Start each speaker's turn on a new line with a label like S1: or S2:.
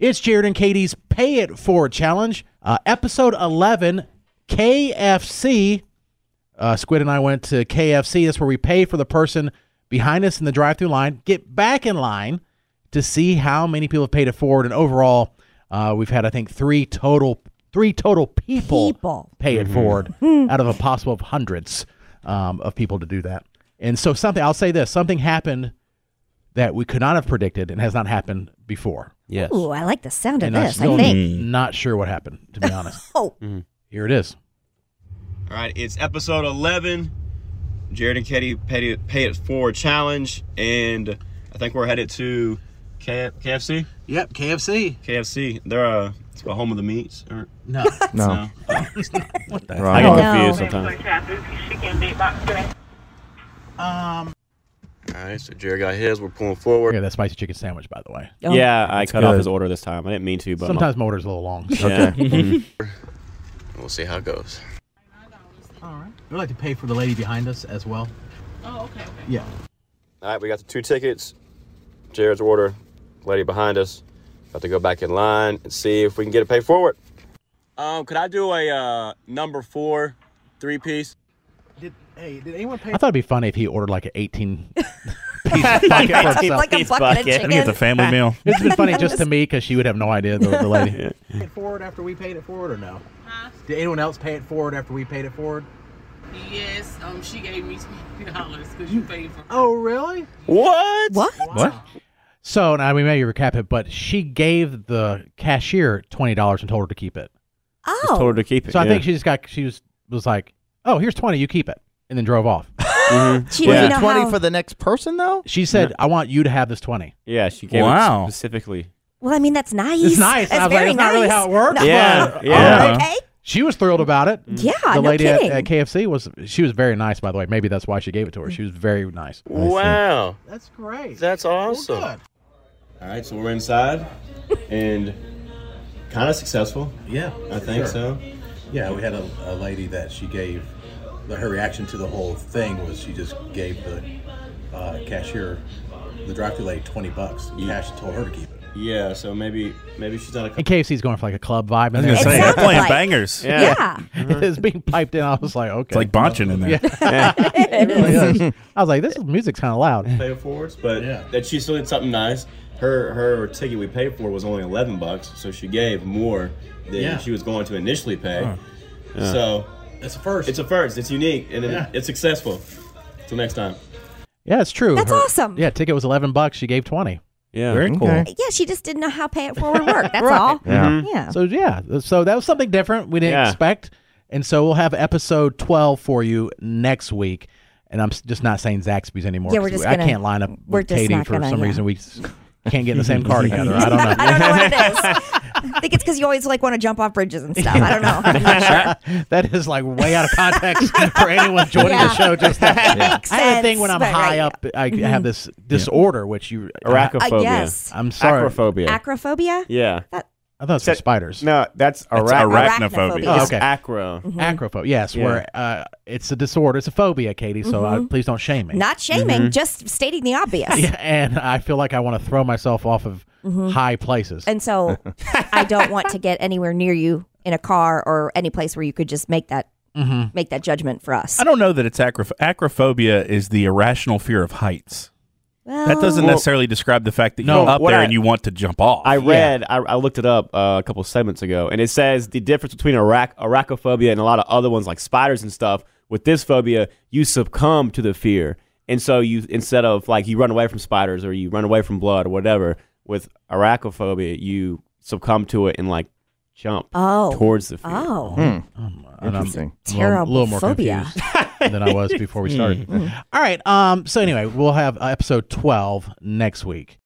S1: It's Jared and Katie's Pay It Forward Challenge, uh, episode 11, KFC. Uh, Squid and I went to KFC. That's where we pay for the person behind us in the drive through line, get back in line to see how many people have paid it forward. And overall, uh, we've had, I think, three total. Three total people,
S2: People.
S1: pay it forward out of a possible of hundreds um, of people to do that. And so something I'll say this: something happened that we could not have predicted and has not happened before.
S3: Yes.
S2: Ooh, I like the sound of
S1: And I'm
S2: this. I
S1: still
S2: think.
S3: Mm.
S1: not sure what happened, to be honest.
S2: Oh,
S1: Here it is.
S4: All right, it's episode 11, Jared and Katie Pay It, Pay it Forward Challenge, and I think we're headed to K- KFC.
S1: Yep, KFC.
S4: KFC, they're uh, it's the home of the meats. Or,
S1: No,
S5: No.
S3: I
S5: Wrong.
S2: know.
S3: get confused sometimes.
S4: all right, so Jared got his. We're pulling forward.
S1: yeah, that spicy chicken sandwich, by the way.
S2: Oh.
S3: Yeah, I cut off
S5: good.
S3: his order this time. I didn't mean to, but my-
S1: Sometimes my order's a little long. so-
S3: yeah. Mm-hmm.
S4: We'll see how it goes.
S1: We'd like to pay for the lady behind us as well.
S4: All right, we got the two tickets. Jared's order, lady behind us. Got to go back in line and see if we can get it paid forward. Um, could I do a uh, number four, three piece?
S1: Did hey, did anyone pay? I thought it'd be funny if he ordered like an eighteen piece bucket for
S2: It's
S1: himself.
S2: like a bucket,
S3: Beef bucket.
S2: of
S3: Let
S2: chicken.
S3: me
S5: It's a family meal.
S1: It's been funny just to me because she would have no idea the, the lady.
S3: Yeah.
S1: Paid it forward after we paid it forward or no? Did anyone else pay it forward after we paid it forward?
S6: Yes, um, she gave me twenty dollars because you paid for.
S1: Oh, really?
S3: What?
S2: what?
S5: What?
S1: So now we may recap it, but she gave the cashier twenty dollars and told her to keep it.
S3: Just told
S2: Oh,
S3: her to keep it.
S1: So I
S3: yeah.
S1: think she just got she was was like, oh, here's twenty, you keep it, and then drove off.
S3: Mhm.
S2: she
S3: Yeah.
S2: doesn't know
S5: Twenty
S2: how.
S5: for the next person though.
S1: She said, I want you to have this twenty.
S3: Yeah, she gave
S5: Wow.
S3: it specifically.
S2: well, I mean, that's nice.
S1: It's nice.
S2: That's
S1: I was like,
S2: very
S1: it's
S2: nice.
S1: not really how it works.
S2: No. Oh,
S3: Yeah,
S1: but-
S3: yeah.
S1: all right.
S2: Okay.
S1: She was thrilled about it.
S2: Mm-hmm. Yeah.
S1: the
S2: no
S1: lady at,
S2: kidding.
S1: at KFC was she was very nice by the way. Maybe that's why she gave it to her. She was very nice.
S4: Wow,
S1: That's great.
S4: that's awesome. All right, so we're inside and kind of successful.
S1: Yeah,
S4: I think so.
S1: Yeah, we had a, a lady that she gave the, her reaction to the whole thing was she just gave the uh, cashier, the drive-through lady, twenty bucks. Cash told her to keep it.
S4: Yeah, so maybe maybe she's not a.
S1: And KFC's going for like a club vibe
S5: I
S1: in
S5: was
S1: there.
S5: gonna say they're
S2: sounded
S5: playing
S2: like-
S5: bangers.
S3: Yeah.
S2: yeah.
S1: it's being piped in. I was like, okay,
S5: It's like bonching in there.
S1: Yeah. It
S3: Oh,
S1: really is. I was like, this music's kind of loud.
S4: pay it forwards, but
S1: Yeah.
S4: that she still did something nice. Her her ticket we paid for was only eleven bucks, so she gave more than
S1: Yeah.
S4: she was going to initially pay. So
S1: It's a first.
S4: it's a first, it's unique, and it-
S1: Yeah.
S4: it's successful. Till next time.
S1: yeah, it's true.
S2: That's awesome.
S1: Yeah, ticket was eleven bucks. She gave twenty.
S3: Yeah.
S5: Very cool. Okay.
S2: Yeah, she just didn't know how pay it forward worked. That's all.
S5: Yeah.
S2: Yeah.
S1: So yeah, so that was something different we didn't
S3: Yeah.
S1: expect, and so we'll have episode twelve for you next week. And I'm s- just not saying Zaxby's anymore.
S2: Yeah, we're
S1: 'cause
S2: just
S1: I
S2: gonna-
S1: can't line up
S2: we're
S1: with
S2: just
S1: Katie
S2: not
S1: for
S2: gonna,
S1: some
S2: yeah.
S1: reason. We s- can't get in the same car together. I don't know.
S2: I don't know what it is. I think it's because you always like want to jump off bridges and stuff. I don't know.
S1: that is like way out of context for anyone joining
S2: Yeah.
S1: the show. Just that.
S2: It makes
S1: I have a thing when
S2: sense,
S1: I'm
S2: but
S1: high
S2: right. Mm-hmm.
S1: up, I have this disorder, which you.
S2: I
S3: Arachnophobia.
S2: guess.
S1: I, am sorry.
S3: Acrophobia.
S2: Acrophobia?
S3: yeah.
S1: I thought it was spiders.
S3: No, that's
S5: It's
S3: arach.
S5: arachnophobia.
S1: Oh,
S3: It's
S1: okay.
S3: acro.
S2: Mm-hmm.
S1: Acrophobia. Yes,
S3: Yeah.
S1: where uh, it's a disorder. It's a phobia, Katie. So uh, please don't shame me.
S2: Mm-hmm. Not shaming, just stating the obvious.
S1: yeah, and I feel like I want to throw myself off of
S2: Mm-hmm.
S1: high places.
S2: And so I don't want to get anywhere near you in a car or any place where you could just make that make that judgment for us.
S5: Mm-hmm. I don't know that it's acroph- acrophobia is the irrational fear of heights.
S2: Well,
S5: That doesn't
S3: Well-
S5: necessarily describe the fact that
S1: No,
S5: you're up
S3: what
S5: there
S3: I-
S5: and you want to jump off.
S3: I read, I, I looked it up uh, a couple segments ago, and it says the difference between arach- arachnophobia and a lot of other ones like spiders and stuff. With this phobia, you succumb to the fear, and so you instead of like you run away from spiders or you run away from blood or whatever. With arachnophobia, you succumb to it and like jump
S2: Oh.
S3: towards the fear.
S2: Oh,
S1: And I'm
S5: Interesting.
S1: a little, little more
S2: Terrible Mm-hmm.
S1: confused than I was before we started. All right. Um. So anyway, we'll have uh, episode twelve next week.